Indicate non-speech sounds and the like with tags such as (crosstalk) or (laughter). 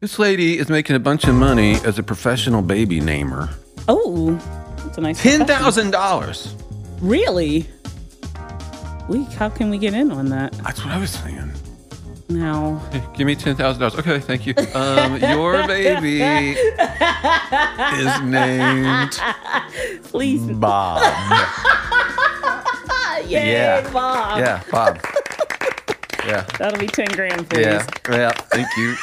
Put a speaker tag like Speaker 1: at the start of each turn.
Speaker 1: This lady is making a bunch of money as a professional baby namer.
Speaker 2: Oh, that's a nice
Speaker 1: Ten
Speaker 2: profession.
Speaker 1: thousand dollars.
Speaker 2: Really? We how can we get in on that
Speaker 1: That's what I was saying.
Speaker 2: now?
Speaker 1: Hey, Give me ten thousand dollars. Okay, thank you. Um, (laughs) your baby is named
Speaker 2: Please,
Speaker 1: Mm. Bob.
Speaker 2: yay,
Speaker 1: yeah.
Speaker 2: Bob.
Speaker 1: Yeah, Bob. Yeah,
Speaker 2: That'll be ten grand, please.
Speaker 1: yeah, yeah. Thank you.